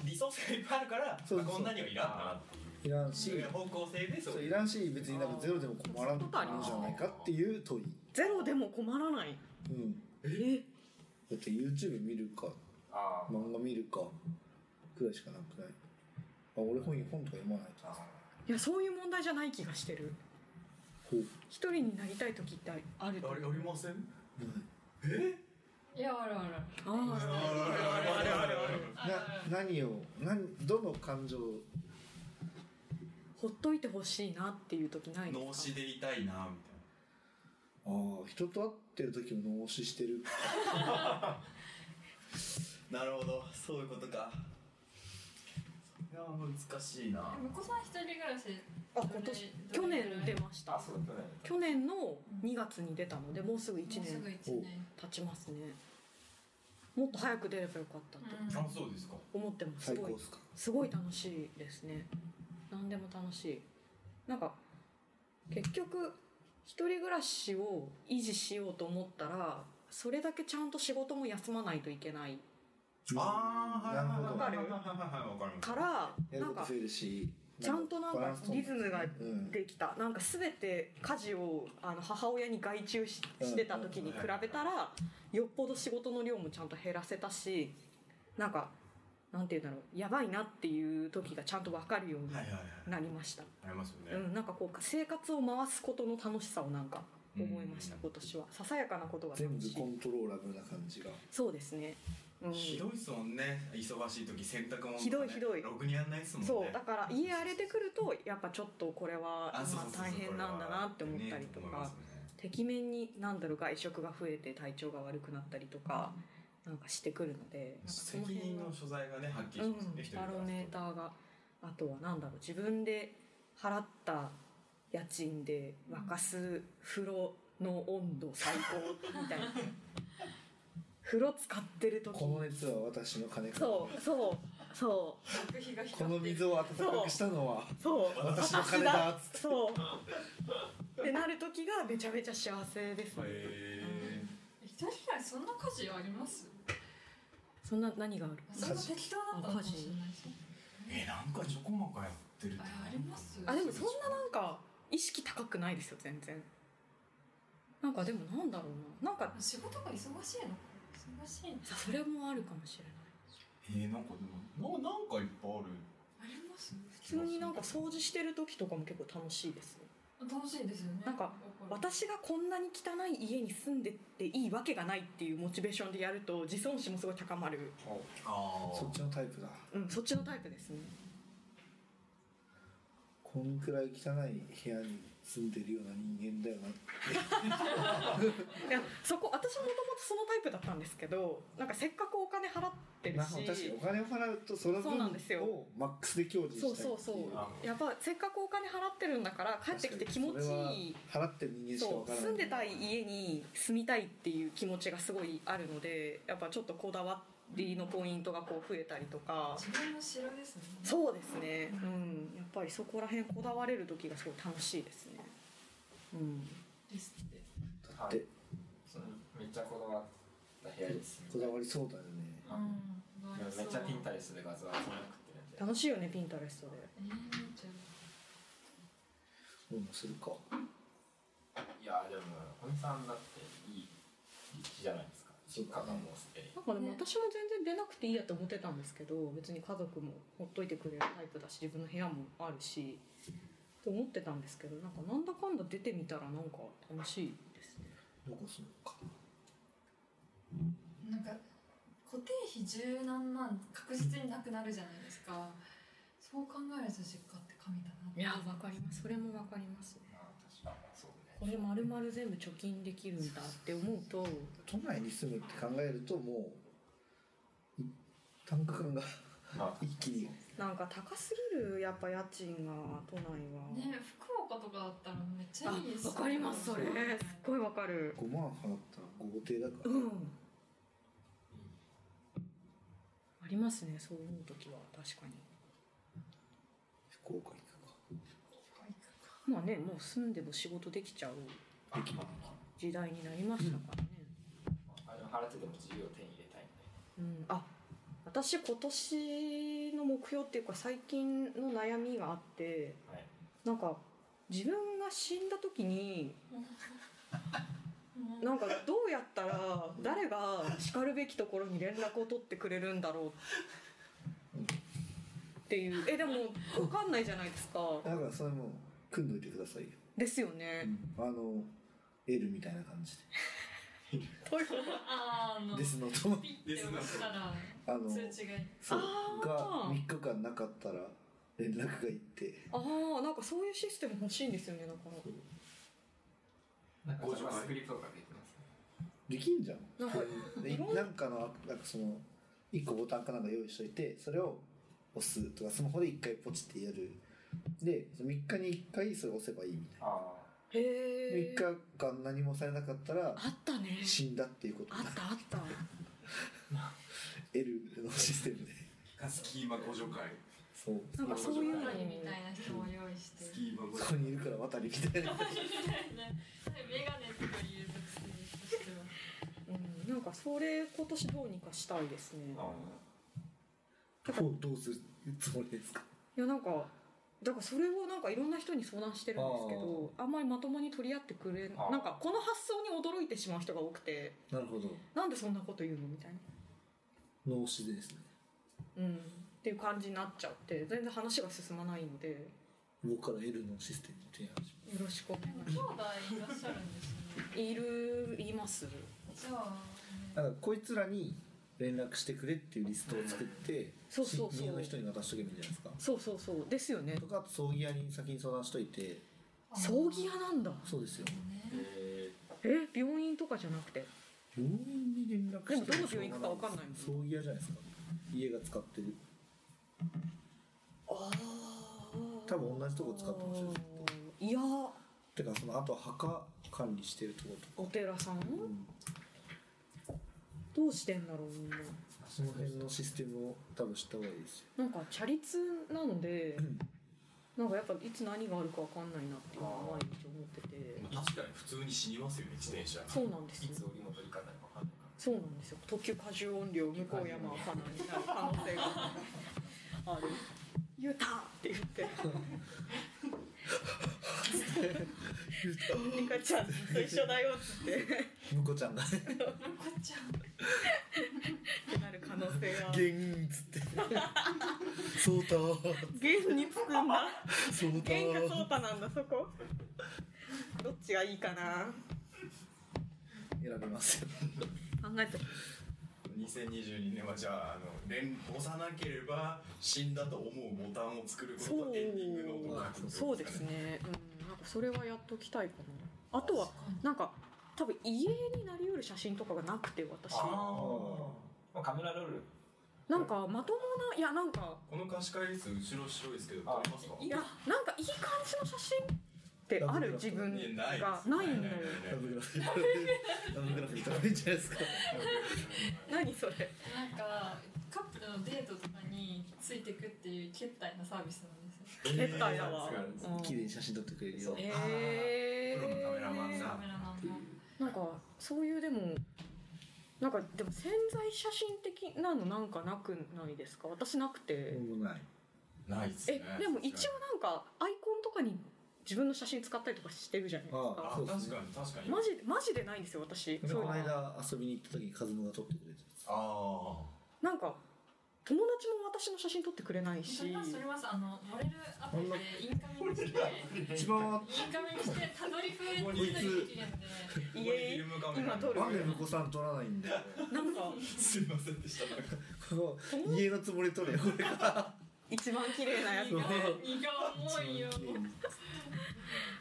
S4: リソースがいっぱいあるから、
S2: そうそう
S4: まあこんなにはいらんなって
S2: でいらんし
S4: いう。方向性で
S2: そう
S4: い
S2: いうらんし別になんかゼロでも困らんのじゃないかっていう問い
S1: ゼロでも困らない
S2: うん
S1: え
S2: だって YouTube 見るか
S5: あー
S2: 漫画見るかくらいしかなくないあ俺本本とか読まないと
S5: あ
S1: いやそういう問題じゃない気がしてる
S2: ほう
S1: 一人になりたい時ってあると
S4: あれありません。え？
S3: いやあるある
S1: あー
S4: あれあれあれあれ。
S3: あるある
S2: な何を何どの感情
S1: ほっといてほしいなっていう時ない
S4: 脳
S1: です
S4: 死
S1: か
S4: でいたいなみたいな。
S2: ああ人と会ってる時も脳押ししてる
S4: なるほどそういうことかいや難しいな
S3: え向こうさん一人暮らし
S1: あ今年去年出まし
S5: あ
S1: た
S5: そう去年
S1: 去年の2月に出たのでもうすぐ1
S3: もうす
S1: 年
S3: ぐ一年
S1: 経ちますねもっと早く出ればよかったと
S4: あそうですか
S1: 思ってます
S2: 最
S1: すご
S2: 高
S1: い
S2: っすか
S1: すごい楽しいですね何でも楽しいなんか結局一人暮らしを維持しようと思ったらそれだけちゃんと仕事も休まないといけない
S4: ああはいはい
S2: なるほど
S4: はいはいはいわかる
S1: から
S2: やる
S1: なん
S2: こと
S1: か
S2: 増えるし
S1: ちゃんとなん
S2: バラ
S1: か
S2: ンス取
S1: リ
S2: る
S1: ズムが
S2: うん
S1: できたなんか全て家事をあの母親に外注ししてた時に比べたらよっぽど仕事の量もちゃんと減らせたしなんかなんて言うんだろうやばいなっていう時がちゃんと分かるように
S4: はいはいはい
S1: なりました、
S4: ありますよ
S1: う
S4: ね
S1: ん、なんかこう生活を回すことの楽しさをなんか思いました
S4: うん
S1: 今年はささやかなことが
S2: 全
S1: 楽
S2: 部
S1: しい
S2: コントローラブルな感じが
S1: そうですね、うん、
S4: ひどいっすもんね忙しい時洗濯物とかね
S1: ひどいひどい
S4: ろくにやんないっすもんね
S1: そうだから家荒れてくるとやっぱちょっとこれは
S4: あそう
S1: 今
S4: そうそう
S1: 大
S4: そう
S1: 変なんだなって思ったりと
S4: これは
S1: か
S4: ね
S1: っ壁面に何だろう外食が増えて体調が悪くなったりとかなんかしてくるのでなんかそ
S4: 責
S1: の辺
S4: 任の
S1: は
S4: 所在がねはっきり
S1: う
S4: し
S1: ん
S4: ますね、一人
S1: バ
S4: 暮らしと
S1: ロメーターがあとは何だろう自分で払った家賃で沸かす風呂の温度最高みたいな風呂使ってる時
S2: この熱は私の金か
S1: そうそうそう
S3: 学費が
S2: この水を温かくしたのは
S1: そう
S2: 私の金だっつって
S1: そうってなる時がめちゃめちゃ幸せですね、
S4: へ
S3: 一人以外そんな家事あります
S1: そんな何がある
S3: そんな適当だったのかもしれないし
S4: ええなんかちょこまかやってるって
S3: ああります
S1: あでもそんななんか意識高くないですよ全然なんかでもなんだろうななんか
S3: 仕事が忙しいのか忙しいの
S1: それもあるかもしれない
S4: ええなんかでもななんかいっぱいある
S3: あります
S1: 普通になんか掃除してる時とかも結構楽しいですね
S3: 楽しいですよね
S1: なんか私がこんなに汚い家に住んでっていいわけがないっていうモチベーションでやると自尊心もすごい高まる、
S4: あ
S2: そっちのタイプだ
S1: うん、そっちのタイプですね
S2: こんくらい汚い部屋に住んでるような人間だよなって
S1: いやそこ私もともとそのタイプだったんですけどなんかせっかくお金払ってる
S2: まあ確か
S1: し
S2: にお金を払うとその
S1: そう
S2: 分
S1: なんですよ
S2: をマックスで享受したいってい
S1: そうそう
S5: あ
S1: やっぱせっかくお金払ってるんだから帰ってきて気持ちいい
S2: 確かにそれは払ってる人間しか
S1: そ
S2: わ
S1: う
S2: からない
S1: 住んでたい家に住みたいっていう気持ちがすごいあるのでやっぱちょっとこだわりのポイントがこう増えたりとか
S3: 自分の城ですね
S1: そうですねうんやっぱりそこら辺こだわれる時がすごい楽しいですねうん
S3: ですって
S5: は
S2: で
S5: いそのめっちゃこだわった部屋です
S2: こだわりそうだよね
S5: まあでもめっちゃピンタレストで画像集めまくってるんで
S1: 楽しいよねピンタレストで
S3: えー、めっちゃ
S2: そうもするか
S5: いやでも本さんだっていい立地じゃないですか実家がもうすでに
S1: なんかでも
S3: ね
S1: 私も全然出なくていいやと思ってたんですけど別に家族もほっといてくれるタイプだし自分の部屋もあるしと思ってたんですけどなんかなんだかんだ出てみたらなんか楽しいですね
S2: どこ住むか
S3: なんか固定費十何万確実になくなるじゃないですかそう考えると実家って神だなって
S1: かりますそれもわかりますね
S5: まあ確かにそうね
S1: これまるまる全部貯金できるんだって思うと
S2: 都内に住むって考えるともうい単価感が
S5: まあ
S2: 一気に
S1: なんか高すぎるやっぱ家賃が都内は
S3: ね福岡とかだったらめっちゃ
S1: あ
S3: いいです
S1: わかりますそれすっごいわかる
S2: 5万払ったら豪邸だから、
S1: うんありますねそう思う時は確かに
S2: 福岡行
S1: まあねもう住んでも仕事できちゃう
S2: くかできない
S1: 時代になりましたからね、
S5: あれを払ってでも自由を手に入れたいんで
S1: うんあ私今年の目標っていうか最近の悩みがあって
S5: はい
S1: なんか自分が死んだ時に
S3: うん
S1: なんかどうやったら誰がしかるべきところに連絡を取ってくれるんだろうっていうえでも分かんないじゃないですか
S2: だからそれも組んどいてくださいよ、
S1: ですよね
S2: あの L みたいな感じで
S1: どういうこと
S3: あーあの
S2: デスノートの
S3: ピッて押したら
S2: あの
S3: 通知が
S2: そう
S1: あー
S2: が3日間なかったら連絡がいって
S1: ああなんかそういうシステム欲しいんですよねなんか
S5: なんか
S4: 50
S5: それはスクリプトができますね
S2: できんじゃん
S1: なんか
S2: で
S1: いろん
S2: なんかのなんかその1個ボタンかなんか用意しといてそれを押すとかスマホで1回ポチってやるで3日に1回それ押せばいいみたいな
S5: あ
S1: へえ
S2: 3日間何もされなかったら
S1: あったね
S2: 死んだっていうこと
S1: あったあった
S2: L のシステムで
S4: スキーマ互助会
S2: そう
S1: なんかそういうの
S3: 隣み
S1: に
S3: たいな人も用 意して
S4: スキーマ互助
S2: そこ
S4: 会
S2: にいるから渡りみたいな
S3: メガネとか入れたくせして
S1: うん、なんかそれ今年どうにかしたいですね
S5: ーあ
S2: こ うどうするつもりですか
S1: いやなんかだからそれをなんかいろんな人に相談してるんですけどあんまりまともに取り合ってくれ
S5: あー
S1: なんかこの発想に驚いてしまう人が多くて
S2: なるほど
S1: なんでそんなこと言うのみたいな、
S2: 脳死ですね
S1: うん、っていう感じになっちゃって全然話が進まないのでよ
S2: 僕から L のシステム提案し
S1: ろしくお願い
S3: 兄
S1: し
S3: 弟いらっしゃるんですね
S1: ますいるいます
S3: じゃあ
S2: だからこいつらに連絡してくれっていうリストを作って
S1: そうそうそう
S2: 親友の人に渡しとけばいいんじゃないですか
S1: そうそうそうですよね
S2: とかあと葬儀屋に先に相談しといて
S1: 葬儀屋なんだ
S2: そうですよ
S5: え
S1: とかじゃなくて
S2: 病院に連絡
S1: でも
S2: して
S1: どの病院行くか分かんないもん
S2: 葬儀屋じゃないですか家が使ってる
S1: ああ
S2: 多分同じとこ使ってますよずっ
S1: いやー
S2: てかそのあと墓管理してるとことか
S1: お寺さん
S2: うん
S1: どうしてんだろうみんな
S2: その辺のシステムを多分知った方がいいですよ
S1: なんかチャリ通なんで なんかやっぱいつ何があるか分かんないなっていうのは毎日思ってて
S4: まあ確かに普通に死にますよね自転車
S1: そうなんです
S5: いつ
S1: よ
S5: 折り戻りかないかわかんないから
S1: そうなんですよ特急過重音量向こう山はかなりなる可能性 がある「ゆうた!」って言 って「リカちゃんと一緒だよ」っつってっ
S2: 向こうちゃんがね
S3: こっちゃん
S1: てなる可能性が
S2: 「ゲン」っつって「そうた
S1: 現につくんだ
S2: そうた
S1: 原価ソータなんだそこどっちがいいかな
S2: 選びますよ
S1: 考えて
S4: 2022年はじゃああの連押さなければ死んだと思うボタンを作ることとエンディングの音を書くこと
S1: そうですねうんなんかそれはやっときたいかなあとはなんか多分家になりうる写真とかがなくて私
S4: あ
S5: まあカメラロール
S1: なんかまともないやなんか
S4: この貸し借り率後ろ白いですけど
S5: あ
S4: 撮りますか
S1: いやなんかいい感じの写真ってある自分
S4: いや
S1: が
S4: ないです
S1: ないんだよ
S2: ラブグラフラブグラフに取られるんじゃないですか
S1: 何それ
S3: なんかカップルのデートとかについてくっていう決済のサービスなんですよ
S1: 絶対だわ
S4: えーそうなんです
S2: 綺麗に写真撮ってくれるよ
S1: ええ
S4: プロのカメラマン
S3: カ
S4: が
S3: メラマンも
S1: なんかそういうでもなんかでも潜在写真的なのなんかなくないですか私なくて、
S2: もうない
S4: ないです
S1: え
S4: ね
S1: でも一応なんかアイコンとかに自分の写真使ったりとかしてるじゃないです
S2: あ
S4: あ
S1: か
S2: そう
S4: 確
S2: ですね
S4: かに確かに
S1: マジマジでないんですよ私
S2: こ
S1: そういう
S2: の
S1: の
S2: 間遊びに行った時にカズノが撮ってくれて
S4: あ
S1: なんか友達も私の写真撮ってくれない
S3: そ
S1: し
S3: れますそれますあのモレルアプリでインカメにして
S2: 一番
S3: インカメにしてたどり風にたりできるんで
S4: あ
S1: イエ
S4: ムカメラ
S1: 今撮る
S2: なんで向こうさん撮らないんだよ
S1: ーなんか
S4: すいませんでしたなんか
S2: この家のつもりで撮れよ俺が
S1: 一番綺麗なやつ
S2: そう
S3: 胃が重いよ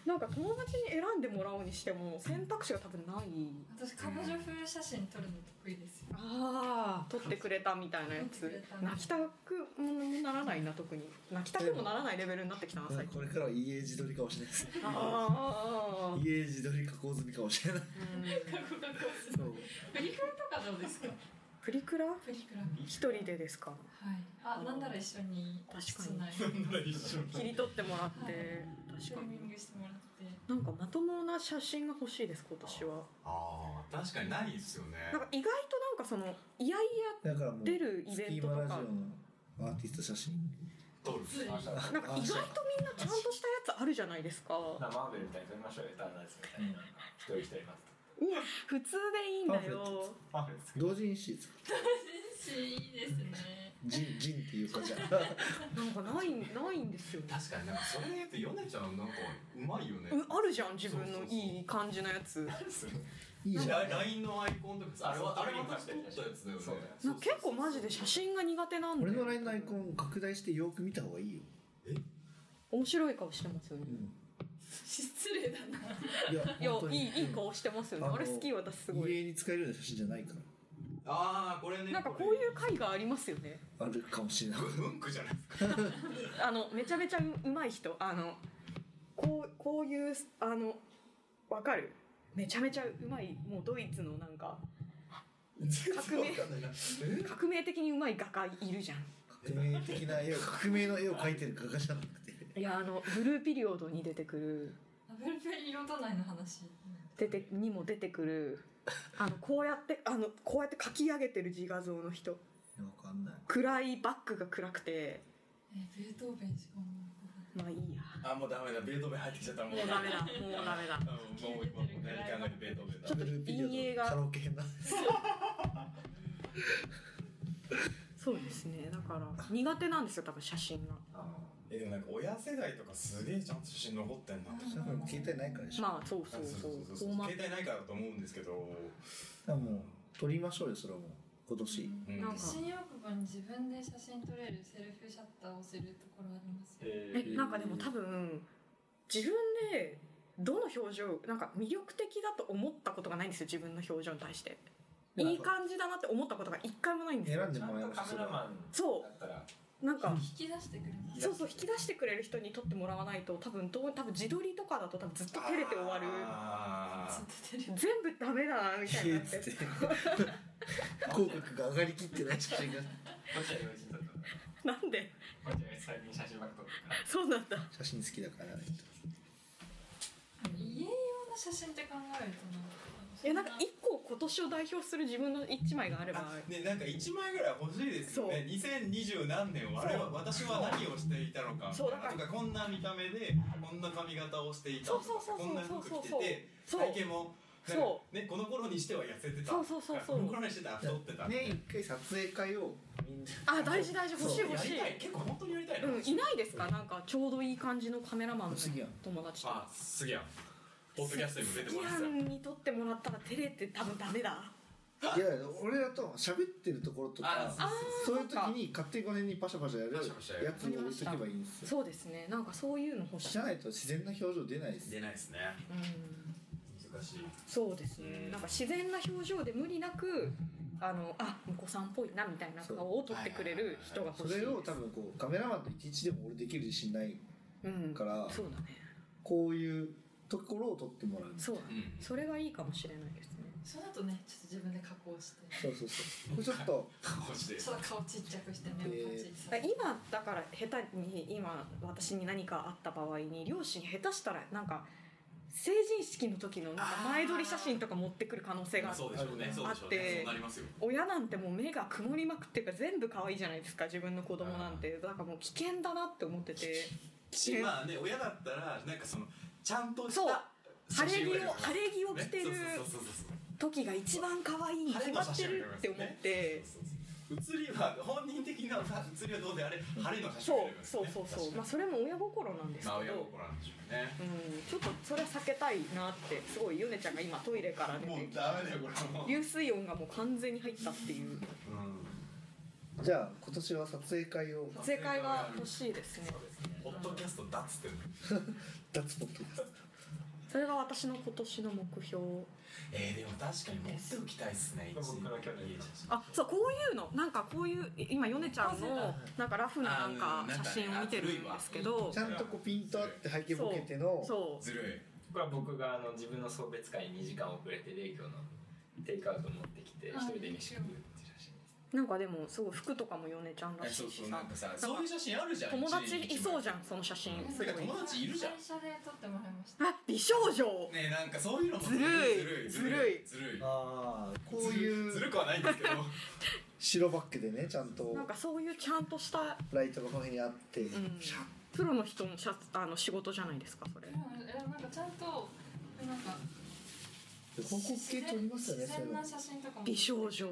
S1: なんか友達に選んでもらうにしても選択肢が多分ない
S3: 私彼女風写真撮るの得意ですよ
S1: ああ撮ってくれたみたいなや
S3: 撮っ
S1: つ
S3: てくれた
S1: 泣きたくもならないな特に泣きたくもならないレベルになってきたな最近
S2: これからは家自撮りかもしれないです
S1: あーあーあー
S2: 家自撮り加工済みかもしれない
S1: うん
S3: 過去過去
S2: そう
S3: プリクラとかどうですか
S1: プリクラ
S3: プリクラ
S1: 一人でですか
S3: はいあなんなら一緒に
S1: 確かに
S3: 室内
S4: 一緒に
S1: 切り取ってもらって
S3: シ
S1: 確か
S3: ョーミン
S1: に
S3: グしてもらって
S1: なんかまともな写真が欲しいです今年は
S4: ああ確かにないですよね
S1: なんか意外となんかそのいやいや
S2: だからもう
S1: 出るイ
S2: スキ
S1: ベン
S2: ー
S1: ト
S2: マ
S1: と
S2: ラジ
S1: か
S2: オのアーティスト写真
S4: 撮る
S3: つい
S1: なんか意外とみんなちゃんとしたやつあるじゃないですか
S5: マーベルみたいに撮りましょうよエターナルズみたいななんか一人一人まず
S1: 普通でいいんだよ
S5: マーベルです
S2: 同人誌です
S3: 選手いいですね
S2: ジンジンっていうかじ ゃ
S1: なんかないないんですよね
S4: 確かになんかそれで言うと米ちゃんなんかうまいよね
S1: うんあるじゃん自分のいい感じのや つ
S2: いいじゃん
S4: LINE のアイコンとかさあれはあれ私撮ったやつだよね
S5: そうだよ
S1: なんか結構マジで写真が苦手なんで
S2: 俺の LINE のアイコン拡大してよく見た方がいいよ、
S1: 面白い顔してますよね
S3: 失礼だない
S2: や
S1: いや
S2: 本当に
S1: いいいい顔してますよね
S2: あの
S1: あれ好き私すごい
S2: 家に使えるような写真じゃないか
S4: ああこれね
S1: なんかこういう回がありますよね
S2: らあるかもしれない
S4: 文句じゃないですか
S1: あのめちゃめちゃううまい人あのこうこういうあのわかるめちゃめちゃうまいもうドイツのなんか革命革命的にうまい画家いるじゃん
S2: 革命的な絵を革命の絵を描いてる画家じゃなくて
S1: いやあのブルーピリオドに出てくる
S3: アブルペン色とないの話
S1: 出てにも出てくるあのこうやってあのこうやって描き上げてる自画像の人
S2: わかんない
S1: 暗いバッグが暗くて
S3: えベートーベンしか思い
S1: まあいいや
S4: あもうダメだベートーベン入ってきちゃったも
S1: もうダメだもうダメだ
S4: あもうもう今もう何考えてベートーベンだ
S1: ちょっと
S2: ブルーピリオドのカラオケ編だ
S1: そうですねだから苦手なんですよ多分写真が
S4: えでもなんか親世代とかすげえちゃんと写真残ってんな
S2: 多分携帯ないからでしょ、
S1: まあそうそうそうフォーマッ
S4: 携帯ないからだと思うんですけど
S2: でも撮りましょうよそれはもう今年
S4: うん
S1: なんか
S3: 新大久保に自分で写真撮れるセルフシャッターをするところありますよ
S5: え
S1: えなんかでも多分自分でどの表情なんか魅力的だと思ったことがないんですよ自分の表情に対していい感じだなって思ったことが一回もないんですよ
S2: 選んで
S5: ちゃん
S2: もらい
S5: と
S2: まし
S5: カ
S2: た
S5: メ
S2: それ
S5: ラ
S2: は
S5: マン
S1: そ
S5: だったら
S1: うなんか
S3: 引き出してくれる
S1: そうそう引き出してくれる人に撮ってもらわないと多分どう多分自撮りとかだと多分ずっと照れて終わる
S4: あー
S3: ずっと出てる
S1: 全部ダメだなみたいになって
S2: つって 口角が上がりきってない写真が
S5: こっちは用意してたと思う
S1: なんで
S5: こっちは最近写真ばっか撮ってるから
S1: そうなんだ
S2: 写真好きだから
S3: 家用の写真って考えるとなんか
S1: いやなんか一個今年を代表する自分の一枚があれば
S4: ね、なんか1枚ぐらい欲しいですよね2020何年我々は私は何をしていたのか
S1: そう
S4: みたいなとかこんな見た目でこんな髪型をしていたとか
S1: そうそうそうそう
S4: こんな服着て
S1: そうそう
S4: て
S1: そう
S4: 体型もなんか
S1: そ
S4: ね、この頃にしては痩せてた
S1: そうそうそうそう
S4: この頃にしてたら太ってた、
S2: ね一回撮影会をみんな
S1: あ大事大事欲しい
S4: や
S1: 欲し
S4: り
S1: い
S4: たい結構本当にやりたいな、
S1: うんいないですかなんかちょうどいい感じのカメラマンの
S2: 次やん
S1: 友達と
S4: あすげえポッドキャストにも出てもらって
S1: スギアンに撮ってもらったら照れて多分ダメだ
S2: いや俺だと喋ってるところと
S4: たあ
S2: か
S4: そう
S2: そういう時に勝手に5年にパシャパシャやる
S4: パシャパシャやる
S2: やつに置いとけばいいんです
S1: そ
S2: よ
S1: うですねなんかそういうの欲しい
S2: じゃないと自然な表情出ないです
S4: 出ないですね
S1: うん
S4: 難しい
S1: そうですねなんか自然な表情で無理なくあのあお子さんっぽいなみたいな顔を撮ってくれる人が
S2: そ
S1: 欲しい
S2: れを多分こうカメラマンと一日でも俺できる自信ない
S1: うん
S2: から
S1: そうだね
S2: こういうところを撮ってもらう
S1: そうだね
S4: うん
S1: それがいいかもしれないですね
S3: その後ねちょっと自分で加工して
S2: そうそうそうこれちょっと
S4: こうして
S3: ちょっと顔ちっちゃくして目をパチッ
S1: だから今だから下手に今私に何かあった場合に両親下手したらなんか成人式の時のなんか前撮り写真とか持ってくる可能性があって
S4: そうでしょうねそうでし
S1: あ
S4: ょう
S1: って
S4: ねそうなりますよ
S1: 親なんてもう目が曇りまくってるから全部可愛いじゃないですか自分の子供なんてだからもう危険だなって思ってて
S4: しまあね親だったらなんかそのちゃんとし
S1: そう
S4: た
S1: 晴れ着を
S4: 写真を選ぶ
S1: 晴れ着を
S4: ね
S1: 着てる
S4: そうそうそうそうそう
S1: 時が一番可愛いに決まってるって思って
S4: 写りは本人的な写りはどうであれ晴れの写真
S1: そう
S4: を選びます
S1: そうそうそうまあそ
S4: ね確か
S1: れも親心なんで
S4: に
S1: す
S4: まあ
S1: け
S4: 親
S1: ど
S4: 心なんでしょうね
S1: うんちょっとそれは避けたいなってすごいヨネちゃんが今トイレから出
S4: も
S1: て
S4: うダメだよこれはもう、
S1: 流水音がもう完全に入ったっていう
S2: じゃあ今年は撮影会を
S1: 正解は欲しいですね
S4: ホットキャストだっつってんの
S2: 脱ポッドキャスト
S1: それが私の今年の目標
S4: えー、でも確かに持っておきたいっすね一
S5: 僕の去年
S4: いい写真
S1: あそうこういうのなんかこういう今ヨネちゃんのなんかラフななんか写真を見てるんですけど
S2: ちゃんとこうピントあって背景ボケての
S1: そう
S4: ずる
S5: これは僕があの自分の送別会に2時間遅れてで今日のテイクアウト持ってきて一人で飯食うっていう写真です
S1: なんかでもすごい服とかもヨネちゃんら
S4: い
S1: し
S4: そう
S1: い
S4: そ
S1: し
S4: う
S1: さ
S4: なんかさそういう写真あるじゃん
S1: 友達いそうじゃ
S4: ゃ
S1: んその写真
S4: うん
S1: すごい
S4: てか友達いるじゃん
S3: 会社で撮ってもらいました
S1: あ美少女
S4: ねなんかそういうのも
S1: ずるい
S4: ずるいずるいずるい
S2: ああこうい
S4: ず
S2: う
S4: るくはないんですけど
S2: 白バックでねちゃんと
S1: なんかそういうちゃんとした、
S2: ライトがこの辺にあって、
S1: うん
S2: シャッ、
S1: プロの人のシャツあの仕事じゃないですかそれ
S3: うんえなんかちゃんとなんか
S2: 広告系撮りますよね
S3: 自
S2: そうい
S3: 然
S2: う
S3: な
S2: の
S3: 写真とかも
S1: 美少女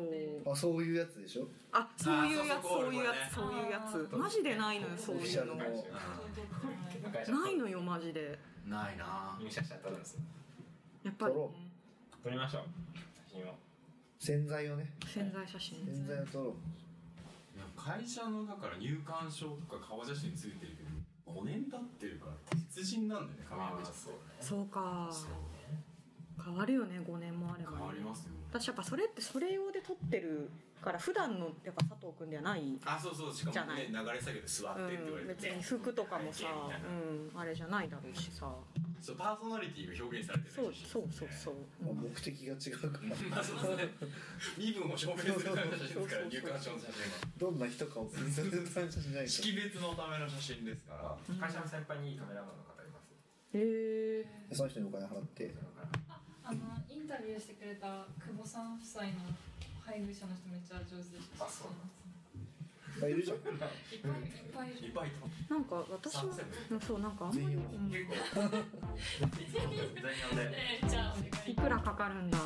S2: あそういうやつでしょ
S1: あそういうやつ
S4: あー
S1: そ
S4: そうう
S1: いう
S4: そう
S1: やつ
S3: こ
S1: そう
S3: れこれ
S1: いうや
S3: あ
S1: つ
S3: ー
S1: マジでないのよそう
S2: オフィ
S1: い
S2: シャ
S1: うの
S2: ルの
S1: ないのよマジで
S4: ないな
S5: 入社しちゃったんですよ
S1: やっぱり、ね
S2: 撮、ろ
S5: 撮りましょう写真を
S2: 洗剤をね
S1: 潜在写真
S2: 洗剤を撮ろう
S4: 会社のだから入館証とか顔写真ついてるけど5年経ってるから鉄人なんだよね髪の毛ち
S5: そうね
S1: そうか
S4: そう
S1: 変わるよね5年もあれば、
S4: 変わりますよ
S1: 私やっぱそれってそれ用で撮ってるから普段のやっぱ佐藤君ではない
S4: あそうそう
S1: じ
S4: しか
S1: ゃな
S4: もね
S1: い
S4: 流れ作業で座ってって言
S1: う
S4: われ
S1: ん、
S4: て
S1: 別に服とかもさ
S5: 背景み
S1: う
S5: たい、
S1: ん、あれじゃないだろうしさ
S4: そうパーソナリティが表現されてる
S1: そうそうそうそう、
S2: まあ、目的が違うから
S4: まあそうですね身分を証明するための写真ですから入館証の写真は
S2: どんな人かをプレゼントする写真じゃないですか
S4: 識別のための写真ですか
S1: う
S4: ら
S1: ん
S5: 会社の先輩にいいカメラマンの方います
S1: へえ
S2: その人にお金払って
S5: そのから
S3: あのインタビューしてくれた久保さん夫妻の配偶者の人めっちゃ上手でした
S5: あそうなん
S2: まあいるじゃん
S3: いっぱいいっぱいい
S4: いっ
S3: る
S4: ぱいいた
S1: なんか私も
S4: 三千
S1: うんそうなんかあんまり、
S2: 全員
S1: うん
S4: 結構全員呼んで
S3: えじゃあお願い
S1: いくらかかるんだ